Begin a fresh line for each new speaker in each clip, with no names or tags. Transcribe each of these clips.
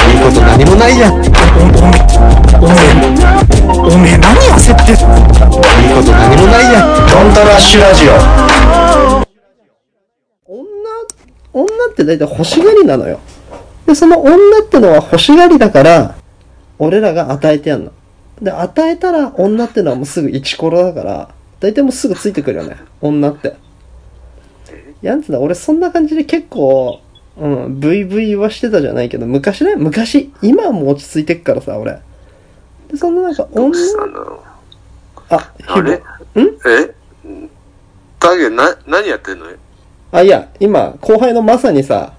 ないじゃん。お、おめ、おめ、おめ、何焦ってるいいこと何もないじゃん。
ドンタラッシュラジオ。
女、女って大体欲しがりなのよ。で、その女ってのは欲しがりだから、俺らが与えてやんの。で、与えたら女ってのはもうすぐイチコロだから、大体もうすぐついてくるよね。女って。やんつだ、俺そんな感じで結構、うん、ブイブイはしてたじゃないけど、昔ね、昔、今はもう落ち着いてっからさ、俺。で、そんななんか女、
なんだろ
あ、
う。あ
ひ
れ
ぶ
ん。えだけど、な、何やってんの
あ、いや、今、後輩のまさにさ、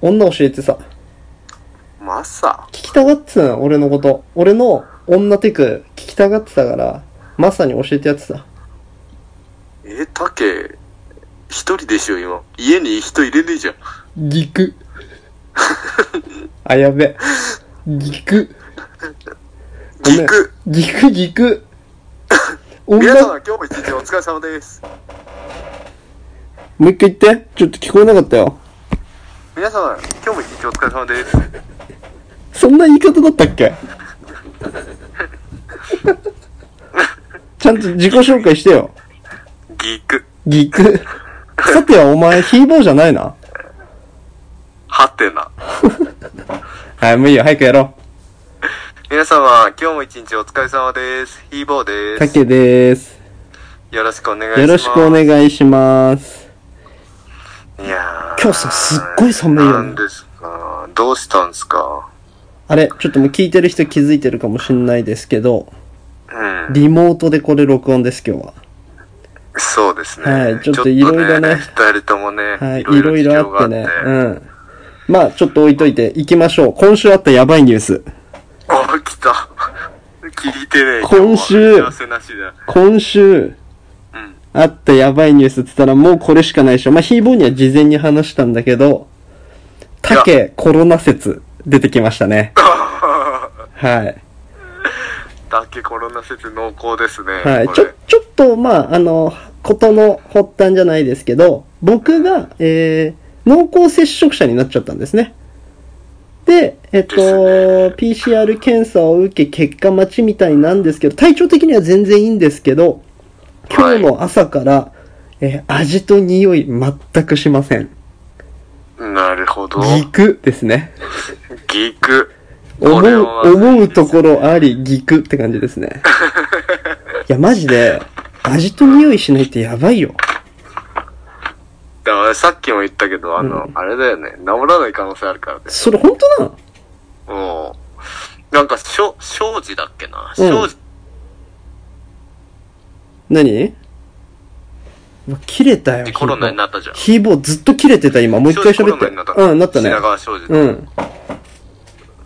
女教えてさ、
マサ
聞きたがってたの俺のこと俺の女テク聞きたがってたからまさに教えてやってた
え、タケ、一人でしょ、今。家に人入れねえじゃん。
ギクあやべギクごめん
ギク。
ギクギク女
皆様、今日も一日お疲れ様です。
もう一回言ってちょっと聞こえなかったよ
皆様、今日も一日お疲れ様です。
そんな言い方だったっけちゃんと自己紹介してよ
ギク。
ギクさてはお前ヒーボーじゃないな
はてな。
はいもういいよ早くやろう
皆様、今日も一日お疲れ様です。ヒーボーで
タ
す。
ケです
よろしくお願いします。
よろしくお願いします
いやー
今日さすっごい寒いよね
なんですかどうしたんですか
あれ、ちょっともう聞いてる人気づいてるかもしんないですけど、
うん。
リモートでこれ録音です、今日は。
そうですね。
はいちょっといろいろね
ちょっと二人ともね、
はい、い
ろ
ろいろ
事情
あ
が
ってね。うん。まあ、ちょっと置いといて、行きましょう。今週あったやばいニュース。
あ、来た。 聞いてねえ。
今週
今日は幸せなしだ。
今週
うん。
あったやばいニュースって言ったら、もうこれしかないでしょ。まあ、ヒーボーには事前に話したんだけど、タケコロナ説出てきました ね。はい。
だけコロナ説濃厚ですね。
はい、
こ
ちょ
れ、
ちょっと、まあ、あの、ことの発端じゃないですけど、僕が、えー、濃厚接触者になっちゃったんですね。で、えっと、PCR 検査を受け、結果待ちみたいなんですけど、体調的には全然いいんですけど、今日の朝から、えー味と匂い全くしません。
なるほど。
ギクですね。
ギク。
思
これ
う
は、
思うところあり、ギクって感じです ね。いや、マジで、味と匂いしないってやばいよ。
だからさっきも言ったけど、あの、あれだよね。治らない可能性あるからね。
それ本当なの
もう、なんか、しょ、庄司だっけな。
うん
庄司、
何うわ切れたよ。
コロナになったじゃん。
ヒーボーずっと切れてた今。もう一回喋って。
コロナになったの
うん、なったね
品。川庄司の。
うん。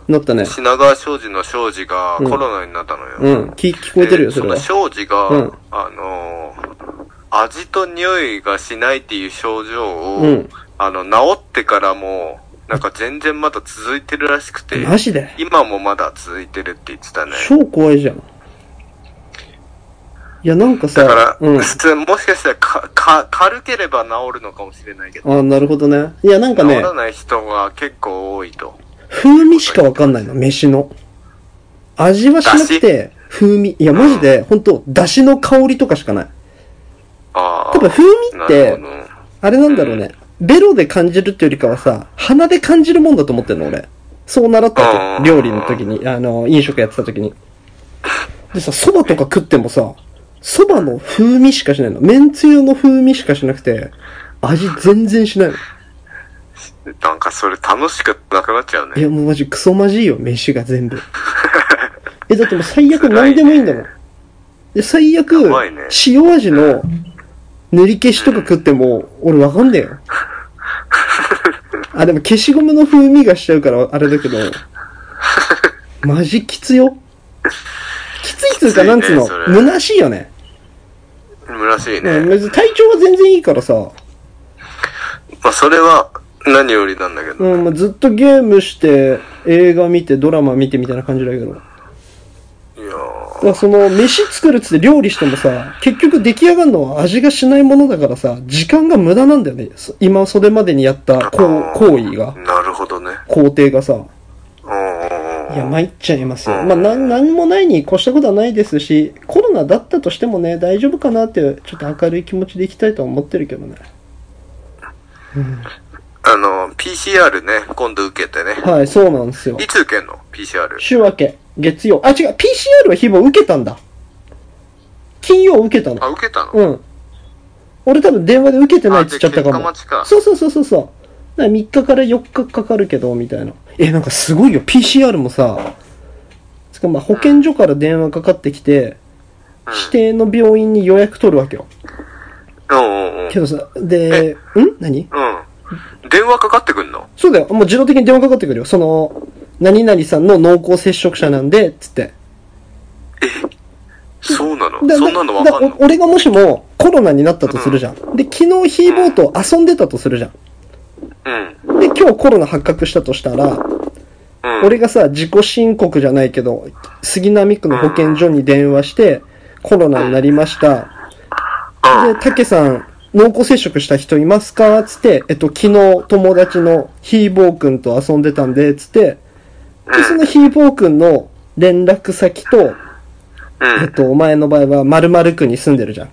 なったね。
品川庄司の庄司が
うん
コロナになったのよ。
うん。聞、聞こえてるよ、
で
それ
の
は。
庄司が、
うん
あのー味と匂いがしないっていう症状を、
うん
あの、治ってからも、なんか全然まだ続いてるらしくて、
マジで
今もまだ続いてるって言ってたね。
超怖いじゃん。いや、なんか
だか
さ
ら、、
うん。
普通もしかしたらか、か、軽ければ治るのかもしれないけど、
あ、なるほどね。いや、なんか
治
ね、
らない人が結構多いと。
風味しかわかんないの、飯の。味はしなくて、風味。いや、マジで、ほんと、出汁の香りとかしかない。
あ
多分、
あ、
風味っ
な
て
るほ、ど。
あれなんだろうね。ベロで感じるってよりかはさ、鼻で感じるもんだと思ってんの、俺。そう習ったわ
う
け。
ん
料理の時に、あの、飲食やってた時に。でさ、蕎麦とか食ってもさ、蕎麦の風味しかしないの。麺つゆの風味しかしなくて、味全然しないの。
なんかそれ楽しくなくなっちゃうね。
いや、もうマジクソマジいよ、飯が 全部。え、だってもう最悪何でもいいんだもん。で、最悪
やばいね、
塩味の塗り消しとか食っても、俺わかんね えよ。あ、でも消しゴムの風味がしちゃうから、あれだけど。マジきつよ。きついつうか、
きついね
なんつうの、
それ
虚しいよね。
らしいね。
うん別に体調は全然いいからさ、
まあそれは何よりなんだけど。
うん、まあずっとゲームして、映画見て、ドラマ見てみたいな感じだけど。
いやー
まあその飯作るっつって料理してもさ結局出来上がるのは味がしないものだからさ時間が無駄なんだよねそ今それまでにやった行行為が
なるほどね。
工程がさ
うんうんうんうん
いや、参っちゃいますよ。
うん
まあ、なん何もないに越したことはないですし、コロナだったとしてもね、大丈夫かなっていう、ちょっと明るい気持ちでいきたいとは思ってるけどね。
あの、PCR ね、今度受けてね。
はい、そうなんですよ
い。つ受けんの ?PCR。
週明け、月曜。あ、違う、PCR は日も受けたんだ。金曜受けたの。
あ、受けたの
うん。俺多分電話で受けてないって言っちゃったかも。
あじゃあ結果待ちか
そうそうそうそうそう。だから3日から4日かかるけど、みたいな。え、なんかすごいよ。PCR もさ、つかまあ保健所から電話かかってきて、
うん
指定の病院に予約取るわけよ。
うんうんうん。
けどさ、で、ん何
うん。電話かかってくんの
そうだよ。もう自動的に電話かかってくるよ。その、何々さんの濃厚接触者なんで、つって。
そうなの
だ
そんなのわ
だ
かんの
だお俺がもしもコロナになったとするじゃん。で、昨日ヒーボーと遊んでたとするじゃん。
うん。
で、今日コロナ発覚したとしたら、
うん。
俺がさ、自己申告じゃないけど、杉並区の保健所に電話して、コロナになりました。で、たけさん、濃厚接触した人いますかつって、えっと、昨日友達のヒーボーくんと遊んでたんで、つって、で、そのヒーボーくんの連絡先と、
うん。
えっと、お前の場合は〇〇区に住んでるじゃん。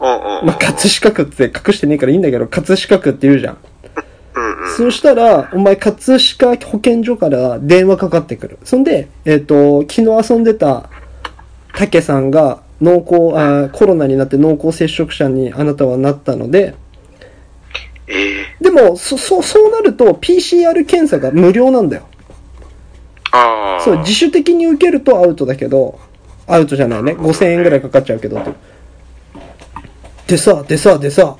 うんうん。
まあ、葛飾区って隠してねえからいいんだけど、葛飾区って言うじゃん。
うんうん。
そうしたら、お前、葛飾保健所から電話かかってくる。そんで、えっ、と、昨日遊んでた、たけさんが、濃厚、あーコロナになって濃厚接触者にあなたはなったので、
ええ。
でも、そ、そう、そうなると、PCR 検査が無料なんだよ。
ああ。
そう、自主的に受けるとアウトだけど、アウトじゃないね。5000円ぐらいかかっちゃうけどって。でさ、でさ、でさ、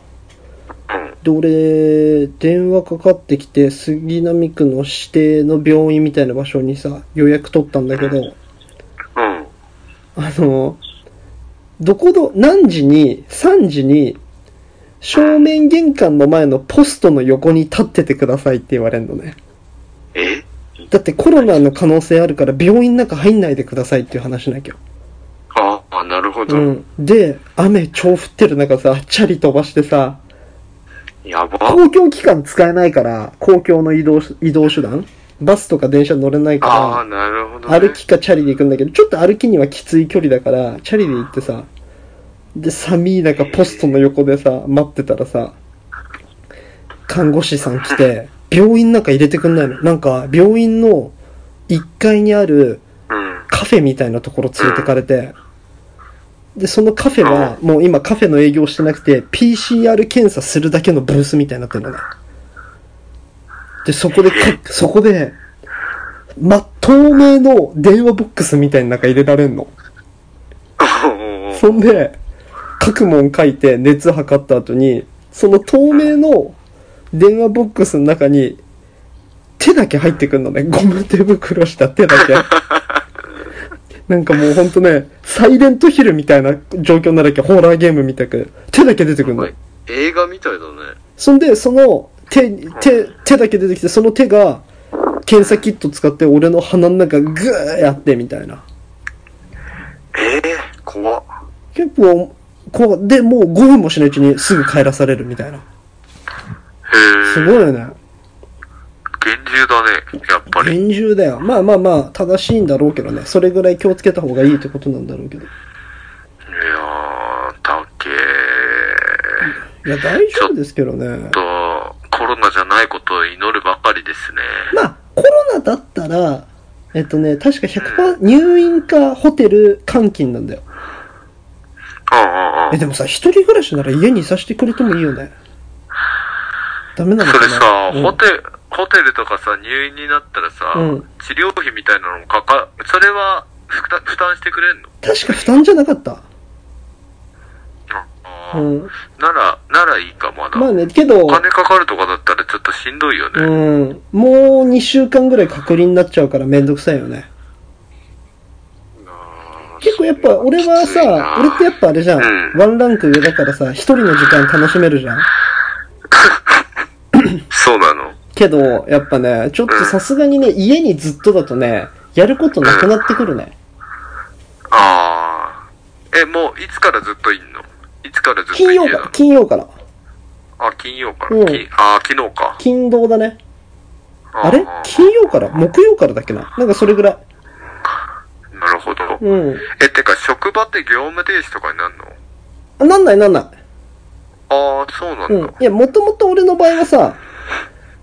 うん。
で、俺、電話かかってきて、杉並区の指定の病院みたいな場所にさ、予約取ったんだけど、
うん。
あの、どこど、何時に、3時に、正面玄関の前のポストの横に立っててくださいって言われるのね。
え
だってコロナの可能性あるから病院の中入んないでくださいっていう話なきゃ。
ああ、なるほど。
うん。で、雨超降ってる中さ、チャリ飛ばしてさ、
やば。
公共機関使えないから、公共の移動し、移動手段バスとか電車乗れない
ああ、
か
なるほど、
ら、
ね。
歩きかチャリで行くんだけど、ちょっと歩きにはきつい距離だから、チャリで行ってさ、で、寒い中ポストの横でさ、待ってたらさ、看護師さん来て、病院なんか入れてくんないのなんか、病院の1階にある
うん。
カフェみたいなところ連れてかれて、で、そのカフェは、もう今カフェの営業してなくて、PCR 検査するだけのブースみたいになってるのね。で、そこでか、そこで、ま、透明の電話ボックスみたいになんか入れられんの。 そんで、各問書いて熱測った後に、その透明の電話ボックスの中に、手だけ入ってくるのね。ゴム手袋した手だけ。 なんかもうほんとね、サイレントヒルみたいな状況にならなきゃ、ホラーゲームみたく、手だけ出てくるの。
映画みたいだね。
そんで、その手、手、手だけ出てきて、その手が、検査キット使って俺の鼻の中グーやってみたいな。
ええ怖っ。
結構、こう、で、もう5分もしないうちにすぐ帰らされるみたいな。
へえ。
すごいよね。
厳重だね、やっぱり。
厳重だよ。まあまあまあ、正しいんだろうけどね。それぐらい気をつけた方がいいってことなんだろうけど。い
いやー、たけ
や、大丈夫ですけどね
ー。と、コロナじゃないことを祈るばかりですね。
まあ、コロナだったら、えっとね、確か100%入院かホテル監禁なんだよ。
うんうんう
え、
ん。
でもさ、一人暮らしなら家にいさせてくれてもいいよね。ダメなの
そ
かな
れさ、
うん
ホテル、ホテルとかさ、入院になったらさ、
うん
治療費みたいなのもかか、それは、負担負担してくれんの
確か負担じゃなかった。
あ
う
ー
ん。
なら、ならいいか、まだ。
まあね、けど
お、金かかるとかだったらちょっとしんどいよね。
うん。もう2週間ぐらい隔離になっちゃうからめんどくさいよね。
あー
結構やっぱ俺は
きつい
さ
な、
俺ってやっぱあれじゃん。
うん
ワンランク上だからさ、一人の時間楽しめるじゃん。
そうなの。
けど、やっぱね、ちょっとさすがにね、家にずっとだとね、やることなくなってくるね。
ああ。え、もう、いつからずっといんのいつからずっと
金
いん
曜
の
から、金曜から。
あ、金曜から。
うん
きあー、昨日か。
金土だね。あれ金曜から木曜からだっけななんかそれぐらい。
なるほど。
うん。
え、てか、職場って業務停止とかになるの
あなんないなんない。
ああ、そうなんだ。
うん。いや、もともと俺の場合はさ、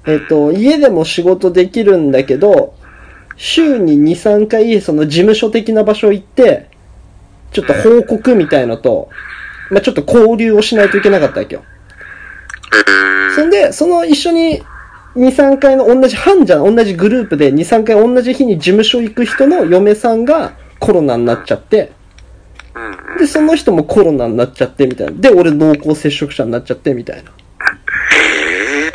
えっ、と、家でも仕事できるんだけど、週に2、3回、その事務所的な場所行って、ちょっと報告みたいのと、まあ、ちょっと交流をしないといけなかったわけよ。
え
そんで、その一緒に2、3回の同じ班じゃん、同じグループで2、3回同じ日に事務所行く人の嫁さんがコロナになっちゃって、
ー、うんうん。
で、その人もコロナになっちゃってみたいな。で、俺濃厚接触者になっちゃってみたいな。
ええ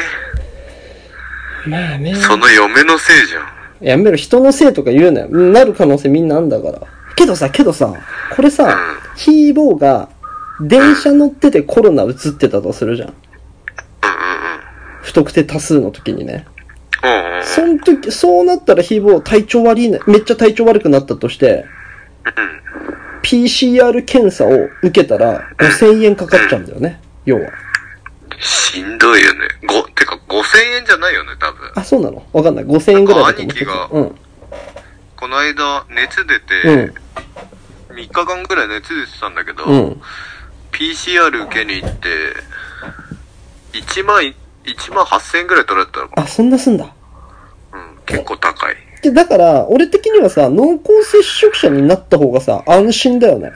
まあね
ー、その嫁のせいじゃん。
やめろ、人のせいとか言うなよ。なる可能性みんなあんだから。けどさ、けどさ、これさ、ヒーボーが、電車乗っててコロナ移ってたとするじゃん。不特定多数の時にね。
うんうん。
そん時、そうなったらヒーボー体調悪いね、めっちゃ体調悪くなったとして、PCR 検査を受けたら5000円かかっちゃうんだよね。要は。
しんどいよね。ご、てか5000円じゃないよね、多分。
あ、そうなのわかんない。5000円ぐらいだと思って
なん
た
か。
うん。
この間、熱出
う
て
ん、。
3日間ぐらい熱出てたんだけど、
うん。
PCR 受けに行って、1万い、1万8000円ぐらい取られたのか
あ、そんなすんだ。
な。うん、結構高い。
で、だから、俺的にはさ、濃厚接触者になった方がさ、安心だよね。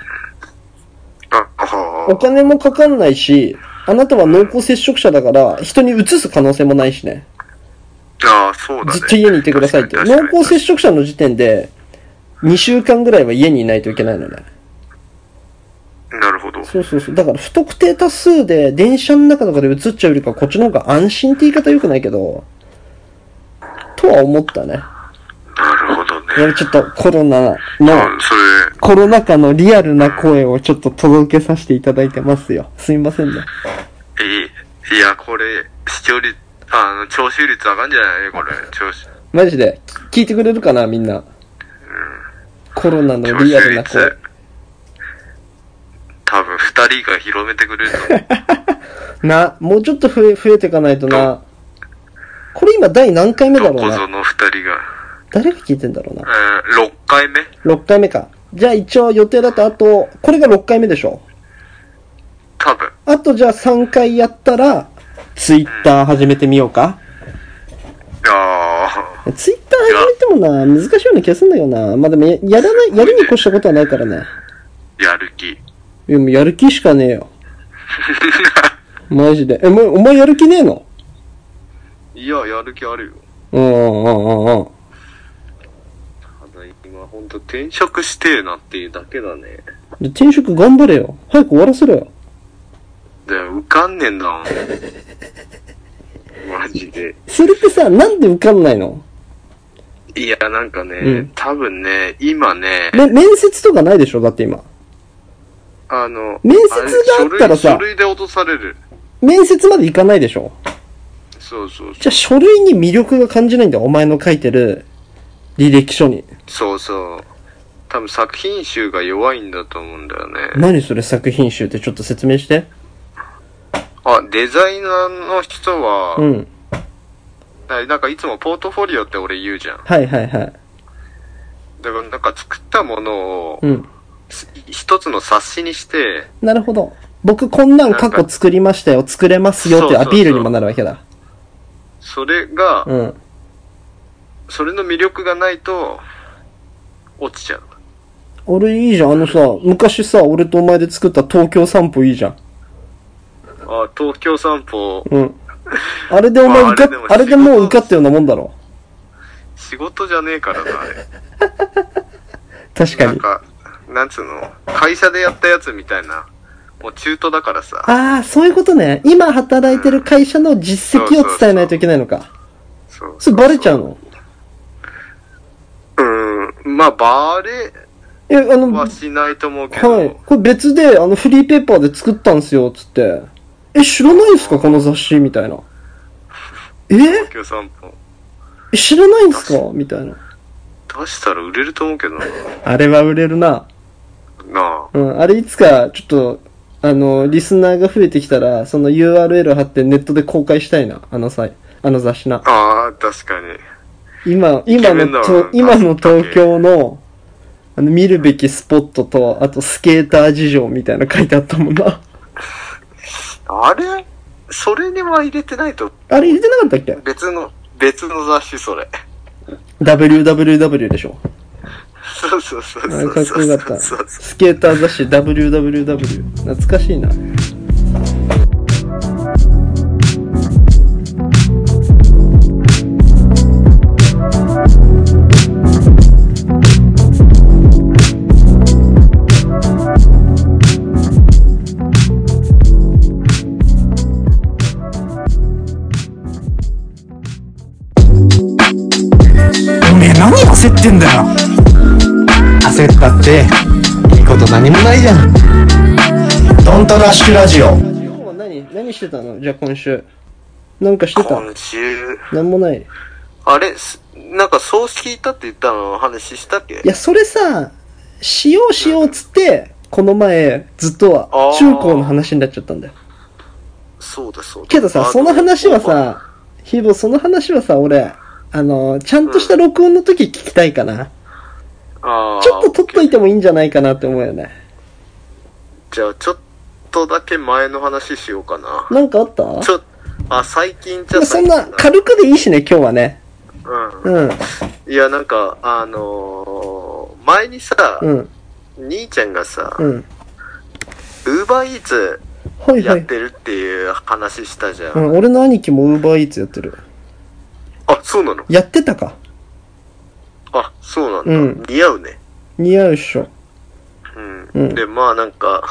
あ、あは
お金もかかんないし、あなたは濃厚接触者だから、人に移す可能性もないしね。
あ、あーそうだね。
ずっと家にいてくださいって。
確かに
濃厚接触者の時点で、2週間ぐらいは家にいないといけないのね。
なるほど。
そうそうそう。だから、不特定多数で、電車の中とかで移っちゃうよりか、こっちの方が安心って言い方良くないけど、とは思ったね。
なるほどね。
いや、ちょっとコロナの
うん、それ、
コロナ禍のリアルな声をちょっと届けさせていただいてますよ。すいませんね。
いい。いや、これ、視聴率、あの、聴取率上がんじゃないこれ。聴取、
マジで。聞いてくれるかな、みんな。コロナのリアルな
聴取
声
率。。多分、二人が広めてく れると思う。
な、もうちょっと増え、増えていかないとな。これ今第何回目だ
ど
ろう
こ
な
ぞ。の二人が。
誰が聞いてんだろうな。
えー、6回目
6回目か。じゃあ一応予定だとあと、これが6回目でしょ。
多分。
あとじゃあ3回やったら、ツイッター始めてみようか。
あ
ツイッター始めてもな、難しいような気がするんだけどな。まあでもや、やらない、やるに越したことはないからね。
ー、やる気。
いや、もうやる気しかねえよ。マジで。え、もう、お前やる気ねえの
いや、やる気あるよ。
うんうんうんうんうん。
ただ今ほんと転職してえなっていうだけだね。
で転職頑張れよ。早く終わらせろよ。
で、受かんねえんだ もん。マジで。
それってさ、なんで受かんないの
いや、なんかね、
うん
多分ね、今ね、
め、面接とかないでしょだって今。
あの、
面接があったらさ
あれ書類書類で落とされる。
面接まで行かないでしょ
そうそうそう。
じゃあ書類に魅力が感じないんだよ。お前の書いてる履歴書に。
そうそう。多分作品集が弱いんだと思うんだよね。
何それ作品集ってちょっと説明して。
あ、デザイナーの人は、
うん。
ななんかいつもポートフォリオって俺言うじゃん。
はいはいはい。
だからなんか作ったものを、
うん。
す一つの冊子にして、
なるほど。僕こんなん過去作りましたよ。作れますよっていうアピールにもなるわけだ。
それが、
うん。
それの魅力がないと、落ちちゃう。
俺いいじゃん。あのさ、昔さ、俺とお前で作った東京散歩いいじゃん。
あ、東京散歩、
うん。あれでお前受かっ、あれ
あれ
で
でも仕事
もう受かったようなもんだろ。
仕事じゃねえからな、あれ。
確か
なん
に。
か、なんつうの、会社でやったやつみたいな、もう中途だからさ、
ああ、そういうことね。今働いてる会社の実績を伝えないといけないのか。
そう。
それバレちゃうの
うーん、まあ、バレ
え、あの、は。
はいしないと思うけど、
これ別で、あの、フリーペーパーで作ったんすよ、つって。え、知らないんすかこの雑誌みたいな。え
東京散歩、
え知らないんすかみたいな。
出したら売れると思うけどな、
あれは売れるな。
な
うん、あれいつか、ちょっと、あの、リスナーが増えてきたら、その URL 貼ってネットで公開したいな。あの際、あの雑誌な
あ。。ああ、確かに。
今、今
イケメンだ
の
わ
と、今の
確かに
東京の、あの、見るべきスポットと、あとスケーター事情みたいなの書いてあったもんな。
あれそれには入れてないと、
あれ入れてなかったっけ
別の、別の雑誌それ。
?www でしょ。
そうそうそう
あ
そ
れ
う。
かっこよかった。
そうそうそう
スケーター雑誌 www。懐かしいな。
おめえ何焦ってんだよ焦ったっていいこと何もないじゃんドントラッシュラジオ
今日は何、何してたのじゃあ今週。なんかしてた
今週、
なんもない。
あれ、すなんか葬式行ったって言ったの話したっけ
いや、それさ、しようしようっつって、この前、ずっとは
あー
中高の話になっちゃったんだよ。
そうだそうだ。
けど
あ
さ、その話は、さ、ヒーボーその話はさ、俺、あの、ちゃんとした録音の時聞きたいかな。
あー
ちょっと撮っといてもいいんじゃないかなって思うよね。
じゃあ、ちょっとだけ前の話しようかな。
なんかあった
ちょ、あ、最近じ
で
ゃ
もそんな、軽くでいいしね、今日はね。
う
うん、
ん。いや、なんか、あのー前にさ、
うん、
兄ちゃんがさ、
うん。
ウーバーイーツ
はい
や
は
っ
い。
てるっていう話したじゃん。
うん、俺の兄貴もウーバーイーツやってる。
あ、そうなの
やってたか。
あ、そうなんだ。
うん
似合うね。
似合うっしょ。
うん。
うん
で、まあなんか、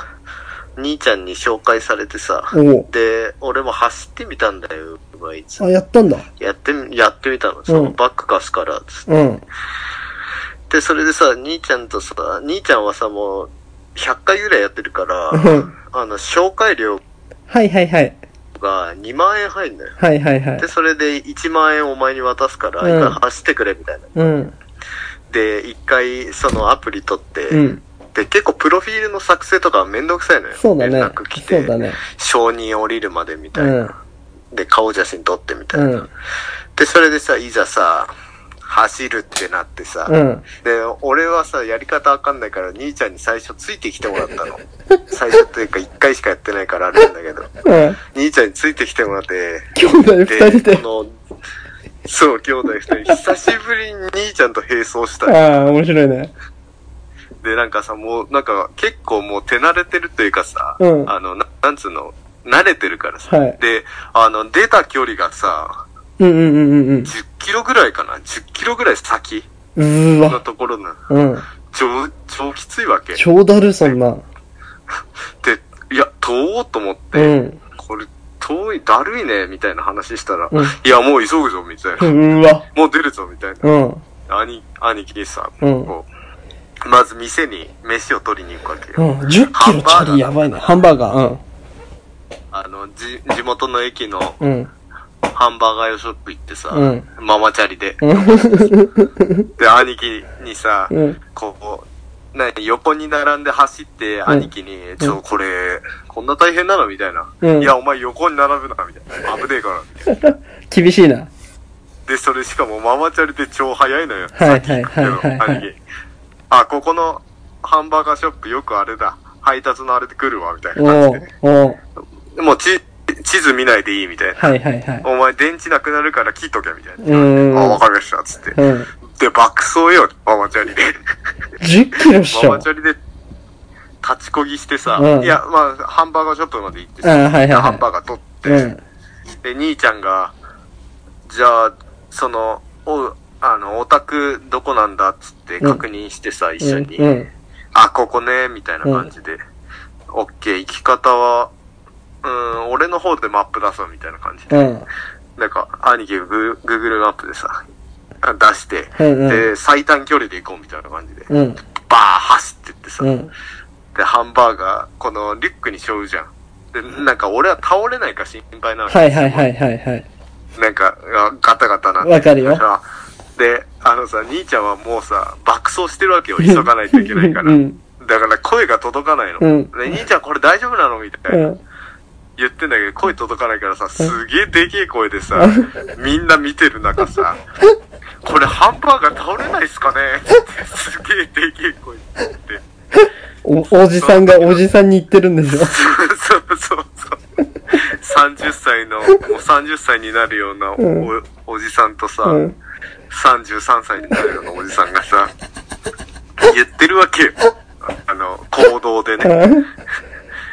兄ちゃんに紹介されてさ、
おう
で、俺も走ってみたんだよ、ウーバーイーツ
あ、。やったんだ。
やってみ、やってみたの。その、
うん
バック貸すから、つって
うん。
で、それでさ、兄ちゃんとさ、兄ちゃんはさ、もう、100回ぐらいやってるから、
うん
あの、紹介料
はいはいはい。
が2万円入んのよ。
はいはいはい
で、。それで1万円お前に渡すから、
うん
一回走ってくれ、みたいな。
うん。
で、一回、そのアプリ取って、
うん。
で、結構プロフィールの作成とかめんどくさいのよ。
そうだね
連絡来。
そ
て、
うだね。
承認降りるまでみた
う
いな。
ん。
で、顔写真撮ってみたいうな。
ん。
で、それでさ、いざさ、走るってなってさ、
うん。
で、俺はさ、やり方わかんないから、兄ちゃんに最初ついてきてもらっ たの。最初というか、一回しかやってないからあれなんだけど、
うん。
兄ちゃんについてきてもらって、
兄弟二人
で、
で。
この、そう、兄弟二人、久しぶりに兄ちゃんと並走した。
ああ、面白いね。
で、なんかさ、もう、なんか、結構もう手慣れてるというかさ、
うん
あの、ななんつうの、慣れてるからさ、
はい
で、あの、出た距離がさ、
うんうんうんうんうん。
10キロぐらいかな ?10 キロぐらい先
うー
の
わ。
ところなの。
うん。
超、超きついわけ。
超だる、そんな。
で、いや、遠おうと思って、
うん。
これ、遠い、だるいね、みたいな話したら、
うん
いや、もう急ぐぞ、みたいな。
うわ。
もう出るぞ、みたいな。
うん。
兄、兄貴にさ、
うん
こう、まず店に飯を取りに行くわけよ。
うん。10キロチャリやばいね。ハンバーガー。
あの、じ、地元の駅の
うん。うん。
ハンバーガー屋ショップ行ってさ、
うん
ママチャリで。で、兄貴にさ、
うん。
こう、な横に並んで走って、兄貴に、ちょ、これ、こんな大変なのみたいな。
うん
いや、お前横に並ぶな、みたいな。危ねえから。
厳しいな。
で、それしかもママチャリで超早いのよ。
はいはいはいはいはい
兄貴あ、ここのハンバーガーショップよくあれだ。配達のあれで来るわ、みたいな
お
感
お
じで。
おう
でもう地、地図見ないでいい、みたいな。
はいはいはい。
お前電池なくなるから切っとけ、みたいな。
うーん。
あ、わかりました、つって。
うん。
で、爆走よ、ママチャリで。
10キロっし
マ
ょ
マチ。ャリで、立ちこぎしてさ、
うん
いや、まあ、ハンバーガーショップまで行って
あ
さ、
あ、はいはい
ハン
は
バーガー取って、
い。うん。
で、兄ちゃんが、じゃあ、その、おう、あの、オタクどこなんだっつって
うん
確認してさ、一緒に、
うん。
あ、ここね、みたいな感じで、オッケー、行き方は、うん、俺の方でマップ出そうみたいな感じで。
うん。
なんか、兄貴がグ Google マップでさ、あ出して、
うんうん
で、最短距離で行こうみたいな感じで、バ
うん。
ー走ってってさ、
うん。
で、ハンバーガー、このリュックに背負うじゃん。で、なんか俺は倒れないか心配なわけ。
はいはいはいはいはい。
なんか、がガタガタなって
わかるよ
さで、あのさ、兄ちゃんはもうさ、爆走してるわけよ。急がないといけないから。
うん
だから声が届かないの。
うん
で、兄ちゃんこれ大丈夫なのみたいうな。
ん。
言ってんだけど、声届かないからさ、すげえでけえ声でさ、みんな見てる中さ、これハンバーガー倒れないっすかねすげえでけえ声で言って。
お、おじさんがおじさんに言ってるんですよ。
そうそうそう。30歳の、もう30歳になるようなお,、
う
おじさんとさ、
うん。
33歳になるようなおじさんがさ、言ってるわけよ。あの、行動でね。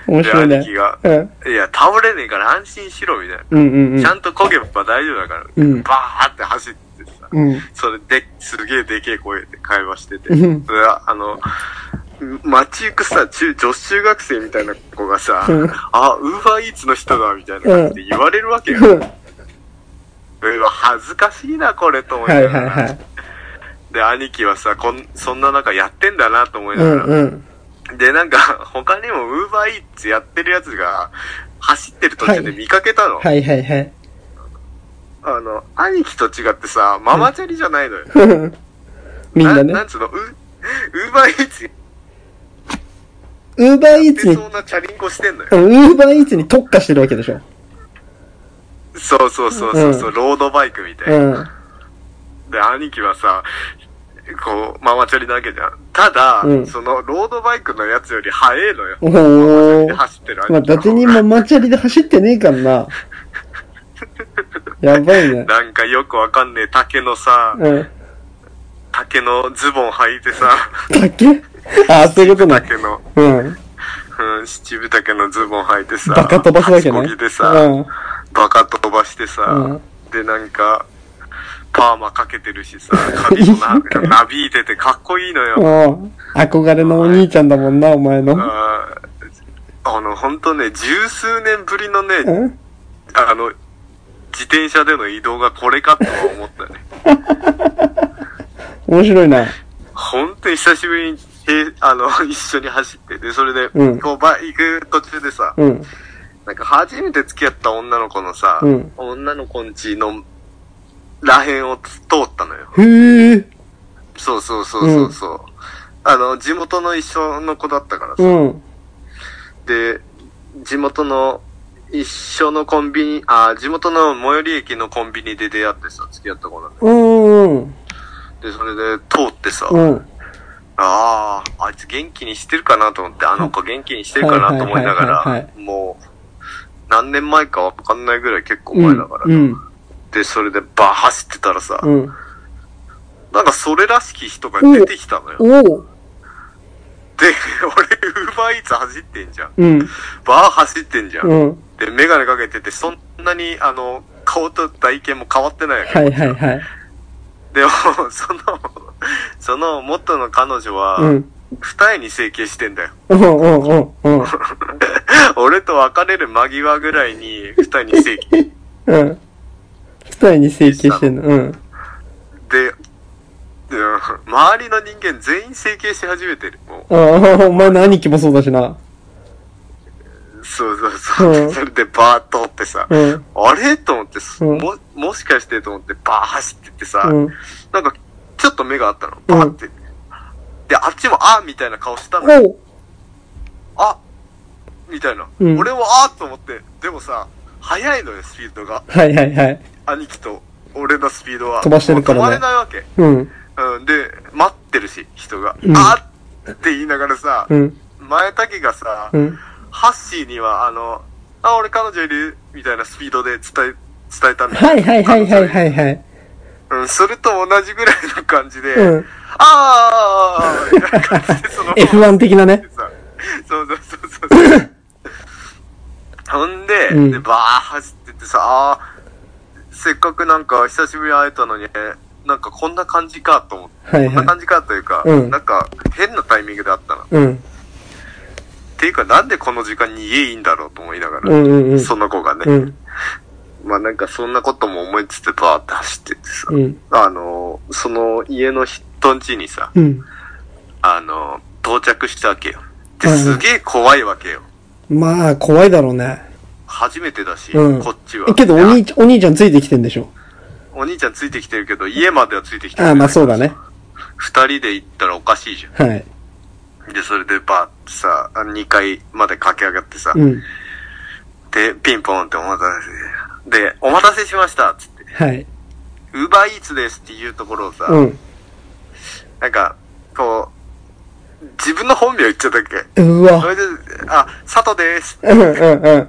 面白い
で、
ね
兄。貴が、
うん。
いや、倒れねえから安心しろ、みたいな。
うんうんうん
ちゃんとこげば大丈夫だから、
うん
バーって走ってさ、
うん。
それで、すげえでけえ声で会話してて、
うん
それはあの、街行くさ、中、女子中学生みたいな子がさ、
うん
あ、ウーバーイーツの人だ、みたいな感じで言われるわけよ。
うん。
うわ、恥ずかしいな、これ、と思い
は
ないが
はい
ら。
はい。
で、兄貴はさ、こん、そんな中やってんだな、と思いうなが
ん
ら。
うん。
で、なんか、他にもウーバーイーツやってるやつが、走ってる途中で見かけたの。
はいはいはい。
あの、兄貴と違ってさ、ママチャリじゃないのよ。
みんなね
な。んつうの、ウウーバーイーツ
ウーバーイーツ
出
に、
そうなチャリンコしてんのよ。
ウーバーイーツに特化してるわけでしょ。
そうそうそうそうそう、ロードバイクみたいうな。
ん。うん
で、兄貴はさ、こう、ママチャリなわけじゃん。ただ、
うん
その、ロードバイクのやつより速いのよ。
お
で
ー。
走ってる
まあ、
兄
伊
貴の方
達
が
にもマチャリで走ってねえからな。やばいね。
なんかよくわかんねえ竹のさ、
うん。
竹のズボン履いてさ、
竹あ、そういうことね。
竹の、
うん。
うん、七分竹のズボン履いてさ、
バカ飛ばすわけね。
八こぎでさ、
うん。
バカ飛ばしてさ、
うん
で、なんか、パーマかけてるしさ、髪も ななびいててかっこいいのよ。
うん。憧れのお兄ちゃんだもんな、お前の。
あーあの、ほんとね、十数年ぶりの
う
ね、
ん。
あの、自転車での移動がこれかとは思ったね。
面白いな。
ほんとに久しぶりに、へ あの、一緒に走って、で、それで、
うん
こう、バイ行く途中でさ、
うん。
なんか初めて付き合った女の子のさ、
うん
女の子んちの、らへんをつ通ったのよ。
へえ。
そうそうそうそうそう。あの、地元の一緒の子だったからさ、
うん。
で、地元の一緒のコンビニ、あー、地元の最寄り駅のコンビニで出会ってさ、付き合った子なんだ
うん。うん。
で、それで通ってさ、
うん。
ああ、あいつ元気にしてるかなと思って、あの子元気にしてるかなと思い
はいは
なが
いはい
ら
は、
もう、何年前かわかんないぐらい結構前だから。
うん。
で、それでバー走ってたらさ、
うん。
なんかそれらしき人が出てきたのよ。で、
おう。
俺、ウーバーイーツ走ってんじゃん。
うん。
バー走ってんじゃん。
うん。
で、メガネかけてて、そんなに、あの、顔と体型も変わってないわけ。
はいはいはい。
でも、 その、その元の彼女
う
は、
ん。
二重に整形してんだよ。
うんうんうんうん。
俺と別れる間際ぐらいに、二重 に整形。
うん。二重に整形してんの。うん。
で、で周りの人間全員整形し始めてる。も
ああ、お前の兄貴もそうだしな。
うそうそうそう。
うん
それでバーッとってさ、
うん。
あれと思って、
うん
も、もしかしてと思ってバー走ってってさ、
うん。
なんか、ちょっと目があったの。バーって。で、あっちも、あーみたいな顔したの。
おう。
あみたいな。
うん
俺もあーと思って。でもさ、速いのよ、スピードが。
はいはいはい。
兄貴と俺のスピードは。
飛ばしてるからね
もう止まれないわけ。
うん。
うん。で、待ってるし、人が。
うん
あーって言いながらさ、
うん。
前竹がさ、
うん。
ハッシーには、あの、あ、俺彼女いるみたいなスピードで伝え、伝えたんだよ
はいはいはいはいはいはい。
うん、それと同じぐらいの感じで、
うん。
あーみたいな感じで、その
F1 的なね。
さそうそうそうそうそう。ほんで、
うん
で、バー走ってってさ、あーせっかくなんか久しぶりに会えたのに、なんかこんな感じかと思って。
はい
こんな
は
感じかというか、
うん
なんか変なタイミングであったな。っ
い。うん。
ていうか、なんでこの時間に家いいんだろうと思いながら、
うんうんうん。
その子がね、
うん。
まあなんかそんなことも思いつつバーって走ってってさ、
うん。
あの、その家の人ん家にさ、
うん。
あの、到着したわけよ。で、
はいはい
すげえ怖いわけよ。
まあ、怖いだろうね。
初めてだし、
うん
こっちは
え。けど、お兄ちゃん、お兄ちゃんついてきてんでしょ。
お兄ちゃんついてきてるけど、家まではついてきてる。
ああ、まあそうだね。。
二人で行ったらおかしいじゃ
はい。
ん。で、それでバーってさ、あ二階まで駆け上がってさ、
うん。
で、ピンポンってお待たせ。で、お待たせしましたっつって、
はい。
ウウーバーイーツですっていうところをさ、
うん。
なんか、こう、自分の本名言っちゃったっけ
う
そ
わ。
れで、あ、佐藤です。
うんうんうん。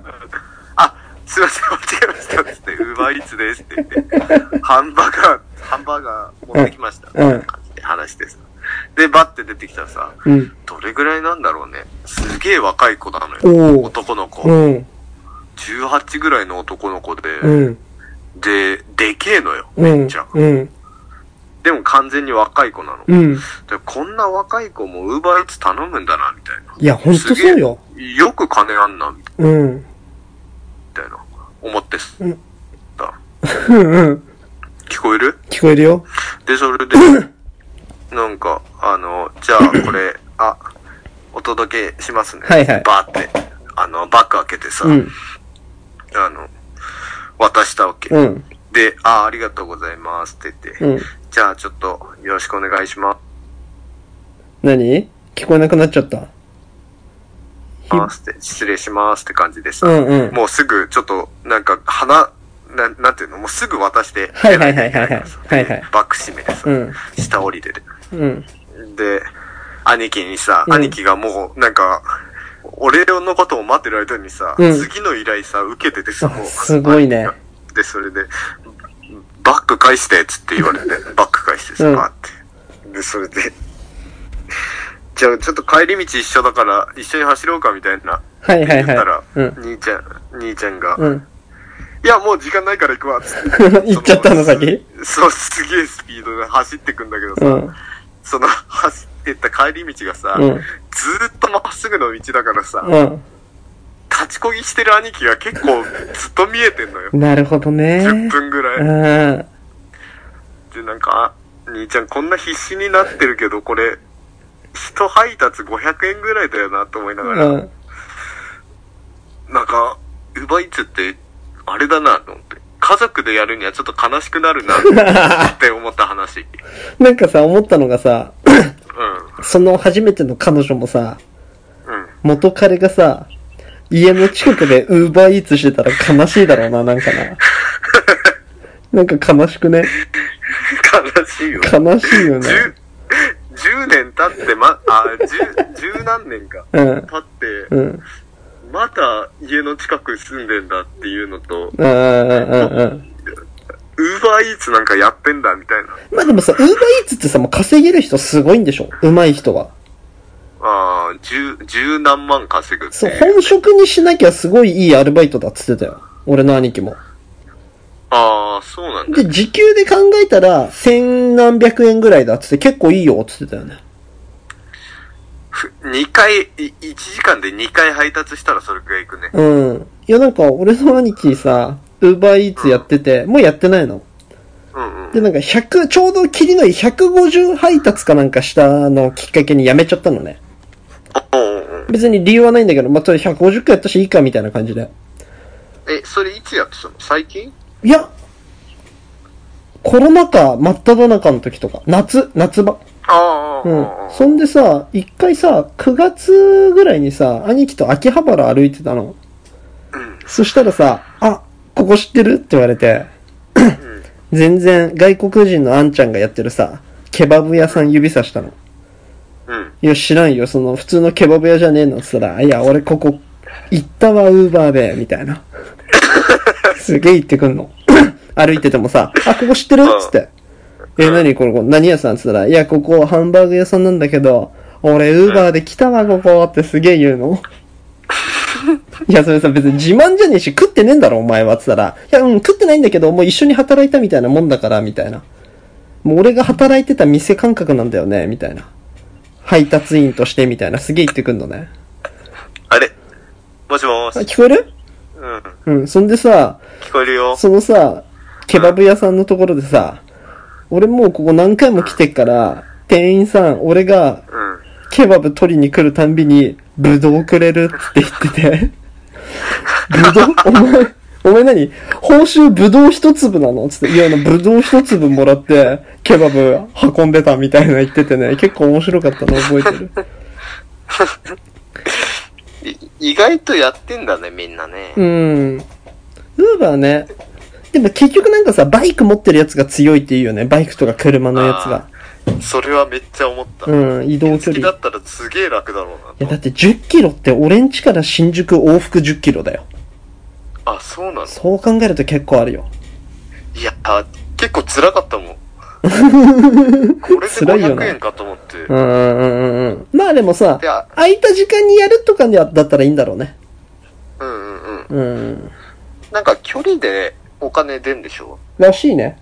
あ、すいません、間違えました。つって、ウーバーイーツですって言って、ハンバーガー、ハンバーガー持ってきました。
うん
って感じで話してさ。で、バッて出てきたらさ、
うん。
どれぐらいなんだろうね。すげえ若い子なの
おー
よ。男の子。
うん。
18ぐらいの男の子で、
うん。
で、でけえのよ。
う
めっ
ん
ちゃ。。
うん。
でも完全に若い子なの。
うん。
でこんな若い子もウーバーイーツ頼むんだな、みたいな。
いや、ほんとそうよ。
すげえ。よく金あんな、み
うん。
たいな。思ってす。
うん
だ
うんうん。
聞こえる
聞こえるよ。
で、それで、 なんか、あの、じゃあこれ、あ、お届けしますね。
はいはい
バーって、あの、バッグ開けてさ、
うん。
あの、渡したわけ。
うん。
で、あ、ありがとうございますって言って、
うん。
じゃあちょっとよろしくお願いしま
何聞こえなくなっちゃった。
すって、失礼しますって感じでさ、
うんうん。
もうすぐちょっと、なんか、鼻、なんなんていうのもうすぐ渡して、
はいはいはいはいはいはいはい
バッグ閉めてさ、
うん。
下降りてて。
うん。
で、兄貴にさ、
うん
兄貴がもう、なんか、俺のことを待ってる間にさ、
うん
次の依頼さ、受けててさ、もう。
すごいね
兄貴が。で、それで、バック返して、つって言われ て、バック返して
う
さ、
ん
バーって。で、それで、じゃあちょっと帰り道一緒だから、一緒に走ろうか、みたいな。
はいはい
言ったら
は、い。うん。
兄ちゃん、兄ちゃんが、
うん。
いや、もう時間ないから行くわ、つって。
行っちゃったの
そ
先
そう、すげえスピードで走ってくんだけどさ、
うん。
その走ってった帰り道がさ、
うん
ずーっとまっすぐの道だからさ、
うん。。
立ちこぎしてる兄貴が結構ずっと見えてんのよ
なるほどね。
10分ぐらい。
うん。
で、なんか、あ兄ちゃんこんな必死になってるけど、これ、人配達500円ぐらいだよなと思いながら、
うん。
なんか、ウバイツって、あれだなと思って。家族でやるにはちょっと悲しくなるなって思っ た話。
なんかさ、思ったのがさ、
う
その初めての彼女もさ、
ん。うん。
元彼がさ、家の近くでウーバーイーツしてたら悲しいだろうな、なんかな。なんか悲しくね。
悲しいよ。
悲しいよね。
10 10年経って、ま、あ、10、10何年か。
うん。
経って、
うん。
まだ家の近く住んでんだっていうのと、
うんうんうんうん。
ウーバーイーツなんかやってんだみたいな。
まあでもさ、ウーバーイーツってさ、もう稼げる人すごいんでしょ上手い人は。
ああ、十、十何万稼ぐって
そう、
いう。
本職にしなきゃすごいいいアルバイトだっつってたよ。俺の兄貴も。
ああ、そうなんだ。
で、時給で考えたら、千何百円ぐらいだっつって結構いいよっつってたよね。
ふ二回、い一時間で二回配達したらそれくらいいくね。
うん。いやなんか、俺の兄貴さ、ウーバーイーツやってて、もうやってないの。
うんう
で、
ん。
なんか100、ちょうど切りのいい150配達かなんかしたのをきっかけに辞めちゃったのね。
おうおうおう
別に理由はないんだけど、まあ、それ150回やったしいいかみたいな感じで。
え、それいつやってたの最近
いや、コロナ禍真っ只中の時とか、夏、夏場。
ああ、ああ
う
あ
ん。
あ
そんでさ、一回さ、9月ぐらいにさ、兄貴と秋葉原歩いてたの。
うん。
そしたらさ、あ、ここ知ってるって言われて、全然外国人のあんちゃんがやってるさ、ケバブ屋さん指さしたの。
うん。
いや、知らんよ。その、普通のケバブ屋じゃねえのって言ったら、いや、俺ここ、行ったわ、ウーバーで、みたい な。すげえ行ってくんの。 歩いててもさ、あ、ここ知ってる
うん
つって。え、何これ、これ何屋さんつったら、いや、ここハンバーグ屋さんなんだけど、俺、ウーバーで来たわ、ここってすげえ言う の。いや、それさ、別に自慢じゃねえし、食ってねえんだろ、お前は。つったら、いや、うん、食ってないんだけど、もう一緒に働いたみたいなもんだから、みたいな。もう俺が働いてた店感覚なんだよね、みたいな。配達員としてみたいな、すげえ言ってくんのね。
あれもしも
あ
ーし。
聞こえる
うん。
うん、そんでさ、
聞こえるよ。
そのさ、ケバブ屋さんのところでさ、俺もうここ何回も来てっから、店員さん、俺が
うん。
ケバブ取りに来るたんびに、ブドウくれるって言ってて。ブドウお前、お前何報酬ブドウ一粒なのつって、いや、あの、ブドウ一粒もらって、ケバブ運んでたみたいな言っててね、結構面白かったの覚えてる。
い意外とやってんだね、みんなね。
うん。ウーバーね。でも結局なんかさ、バイク持ってるやつが強いっていうよね。バイクとか車のやつが。
それはめっちゃ思った。
うん、移動距
好き
離。
だったらすげえ楽だろうないと
や、だって10キロって俺ん家から新宿往復10キロだよ。
あ、そうなの
そう考えると結構あるよ。
いや、あ結構辛か ったもん。これで
辛いよな
500円かと思って。
うんうんうんうん。まあでもさ
い、や、
空いた時間にやるとかにはだったらいいんだろうね。
うんうんうん。
うん。
なんか距離でお金出んでしょ
らしいね。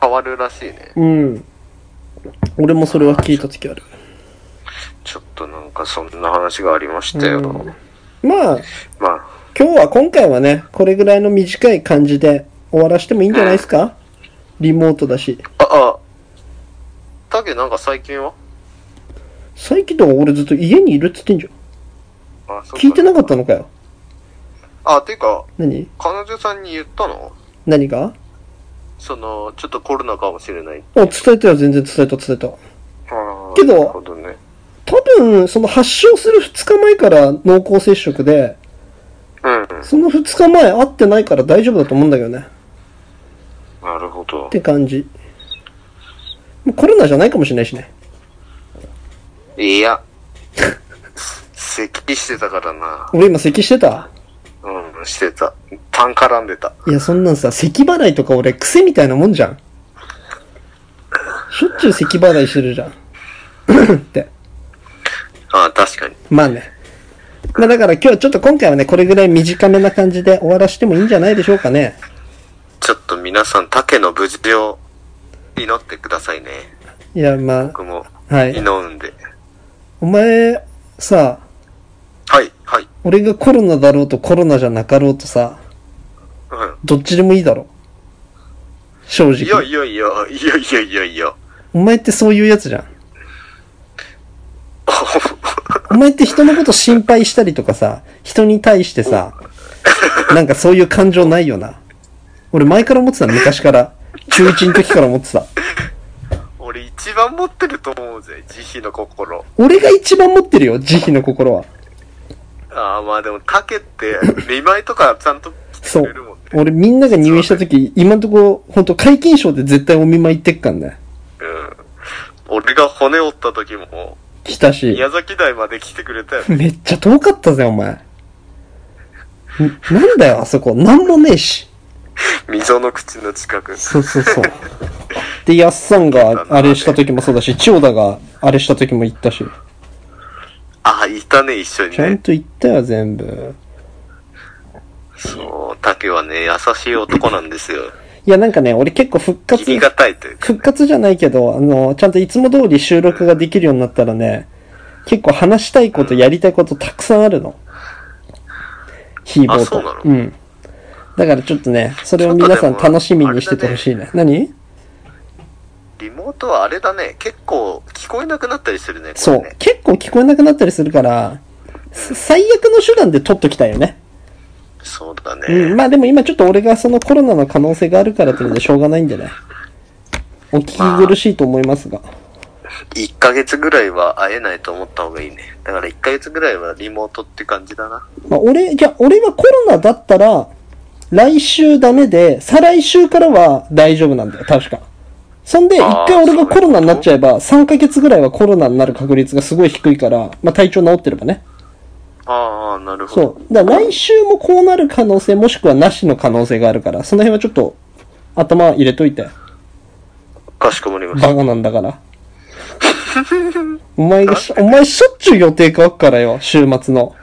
変わるらしいね。
うん。俺もそれは聞いた時ある。
ちょっとなんかそんな話がありましたよ。
うんまあ、
まあ、
今日は今回はね、これぐらいの短い感じで終わらしてもいいんじゃないですかリモートだし。
あ、あ、タケなんか最近は
最近とか俺ずっと家にいるっつってんじゃん。
あそう
聞いてなかったのかよ。
あ、ていうか、
何
彼女さんに言ったの
何が
その、ちょっとコロナかもしれない。
お、伝えたよ、全然伝えた、伝えた。
ああ
けど
なるほどね。
多分、その発症する2日前から濃厚接触で、
うん。
その2日前会ってないから大丈夫だと思うんだけどね。
なるほど
っ。て感じ。もうコロナじゃないかもしれないしね。
いや。咳してたからな。
俺今咳してた
うん、してた。痰絡んでた。
いや、そんなんさ、咳払いとか俺癖みたいなもんじゃん。しょっちゅう咳払いしてるじゃん。って。
ああ、確かに。
まあね。まあだから今日はちょっと今回はね、これぐらい短めな感じで終わらしてもいいんじゃないでしょうかね。
ちょっと皆さん、竹の無事を祈ってくださいね。
いや、ま
僕も
あ、はい。
祈るんで。
お前、さ、
はい、はい。
俺がコロナだろうとコロナじゃなかろうとさ、
うん。
どっちでもいいだろ。正
いや
直。
いやいや、いやいやいやいや。
お前ってそういうやつじゃん。お前って人のこと心配したりとかさ、人に対してさ、なんかそういう感情ないよな。俺前から思ってた、昔から。中1の時から思ってた。
俺一番持ってると思うぜ、慈悲の心。
俺が一番持ってるよ、慈悲の心は。
ああ、まあでも、竹って、見舞いとかちゃんと来て
そ
くれるも
うん
ね。。
俺みんなが入院した時、今んとこ、ほんと皆勤賞で絶対お見舞い行ってっかんね。
うん。俺が骨折った時も、
来たし。
宮崎台まで来てくれたよ。
めっちゃ遠かったぜ、お前。んなんだよ、あそこ。なんもねえし。
溝の口の近く。
そうそうそう。で、やっさんがあれした時もそうだし、千代田があれした時も行ったし。
ああ、いたね、一緒に
ちゃん
ね。
と行ったよ、全部。
そう、竹はね、優しい男なんですよ。
いや、なんかね、俺結構復活
切、りがたいというか、
復
ね。
活じゃないけど、あの、ちゃんといつも通り収録ができるようになったらね、結構話したいこと、やりたいことたくさんあるの。ヒーボーと。
あそうなの
ん。だからちょっとね、それを皆さん楽しみにしててほしいね。何
リモートはあれだね、結構聞こえなくなったりするね、こ
そ
れ
う
ね。。
結構聞こえなくなったりするから、す最悪の手段で取っときたいよね。
そうだ
う
ね。
ん。まあでも今ちょっと俺がそのコロナの可能性があるからというのでしょうがないんじゃないお聞き苦しいと思いますが。
1ヶ月ぐらいは会えないと思った方がいいね。だから1ヶ月ぐらいはリモートって感じだな。
まあ俺、じゃあ俺はコロナだったら、来週ダメで、再来週からは大丈夫なんだよ、確か。そんで、一
あー
回俺がコロナになっちゃえば、3ヶ月ぐらいはコロナになる確率がすごい低いから、まあ体調治ってればね。
ああ、なるほど。
そう。だから来週もこうなる可能性、もしくはなしの可能性があるから、その辺はちょっと頭入れといて。
かしこまりました。
バカなんだ から。お前がし、お前しょっちゅう予定変わっからよ、週末の。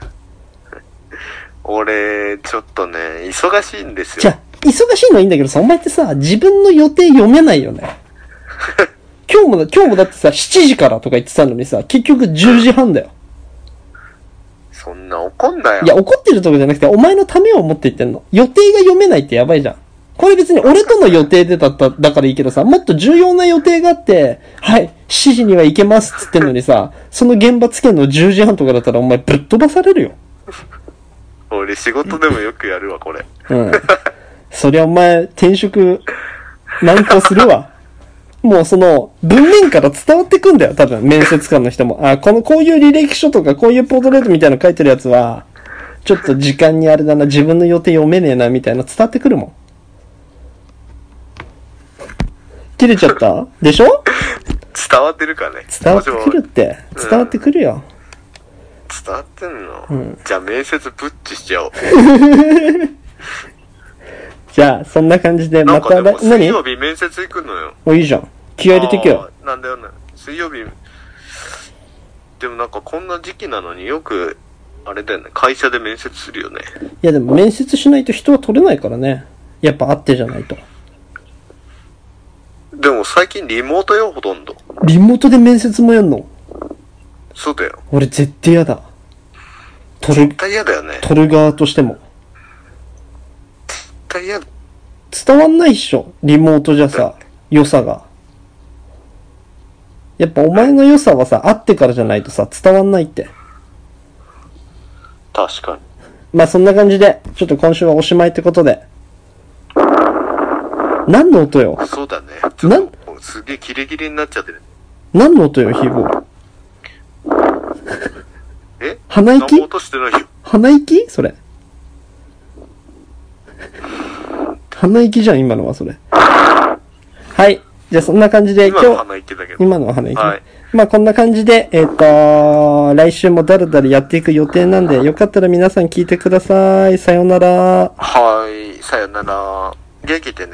俺、ちょっとね、忙しいんです
じゃ
よ。
あ、忙しいのはいいんだけどさ、お前ってさ、自分の予定読めないよね。今日もだ、今日もだってさ、7時からとか言ってたのにさ、結局10時半だよ。
そんな怒んなよ。
いや、怒ってるとかじゃなくて、お前のためを思って言ってんの。予定が読めないってやばいじゃん。これ別に俺との予定でだった、だからいいけどさ、もっと重要な予定があって、はい、7時には行けますっつってんのにさ、その現場つけんの10時半とかだったらお前ぶっ飛ばされるよ。
俺仕事でもよくやるわ、これ。
うん。そりゃお前、転職、難航するわ。もうその、文面から伝わってくんだよ、多分、面接官の人も。あ、この、こういう履歴書とか、こういうポートレートみたいなの書いてるやつは、ちょっと時間にあれだな、自分の予定読めねえな、みたいな伝わってくるもん。切れちゃったでしょ
伝わってるかね
伝わってくるって。
うん
伝わってくるよ。
伝わってんの、
うん
じゃあ面接ブッチし ちゃおう。
じゃあ、そんな感じで、
な
ま
んか
た
で
来、
も水
何
曜日面接行くのよ。
もういいじゃん。気合い入れてけよ。
あー。なんだよね。水曜日。でもなんかこんな時期なのによく、あれだよね、会社で面接するよね。
いやでも面接しないと人は取れないからね。やっぱ会ってじゃないと。
でも最近リモートよ、ほとんど。
リモートで面接もやんの
そうだよ。
俺絶対やだ。取る
絶、対嫌だよね。絶
取る側としても。
対嫌
伝わんないっしょ。リモートじゃさ、良さが。やっぱお前の良さはさ、会ってからじゃないとさ、伝わんないって。
確かに。
まあそんな感じで、ちょっと今週はおしまいってことで。何の音よ
そうだね。
なん
もうすげえキレキレになっちゃってる。
何の音よ、ヒーボー。
え
鼻
何も
息
落としてないよ。
鼻息それ。鼻息じゃん、今のはそれ。はい。じゃあそんな感じで、今
今の
日、
鼻言ってたけど。
今のは鼻息。
はい
まあこんな感じで、えっ、と、来週もだらだらやっていく予定なんで、よかったら皆さん聞いてください。さようなら。
はい。さよなら。元気でね。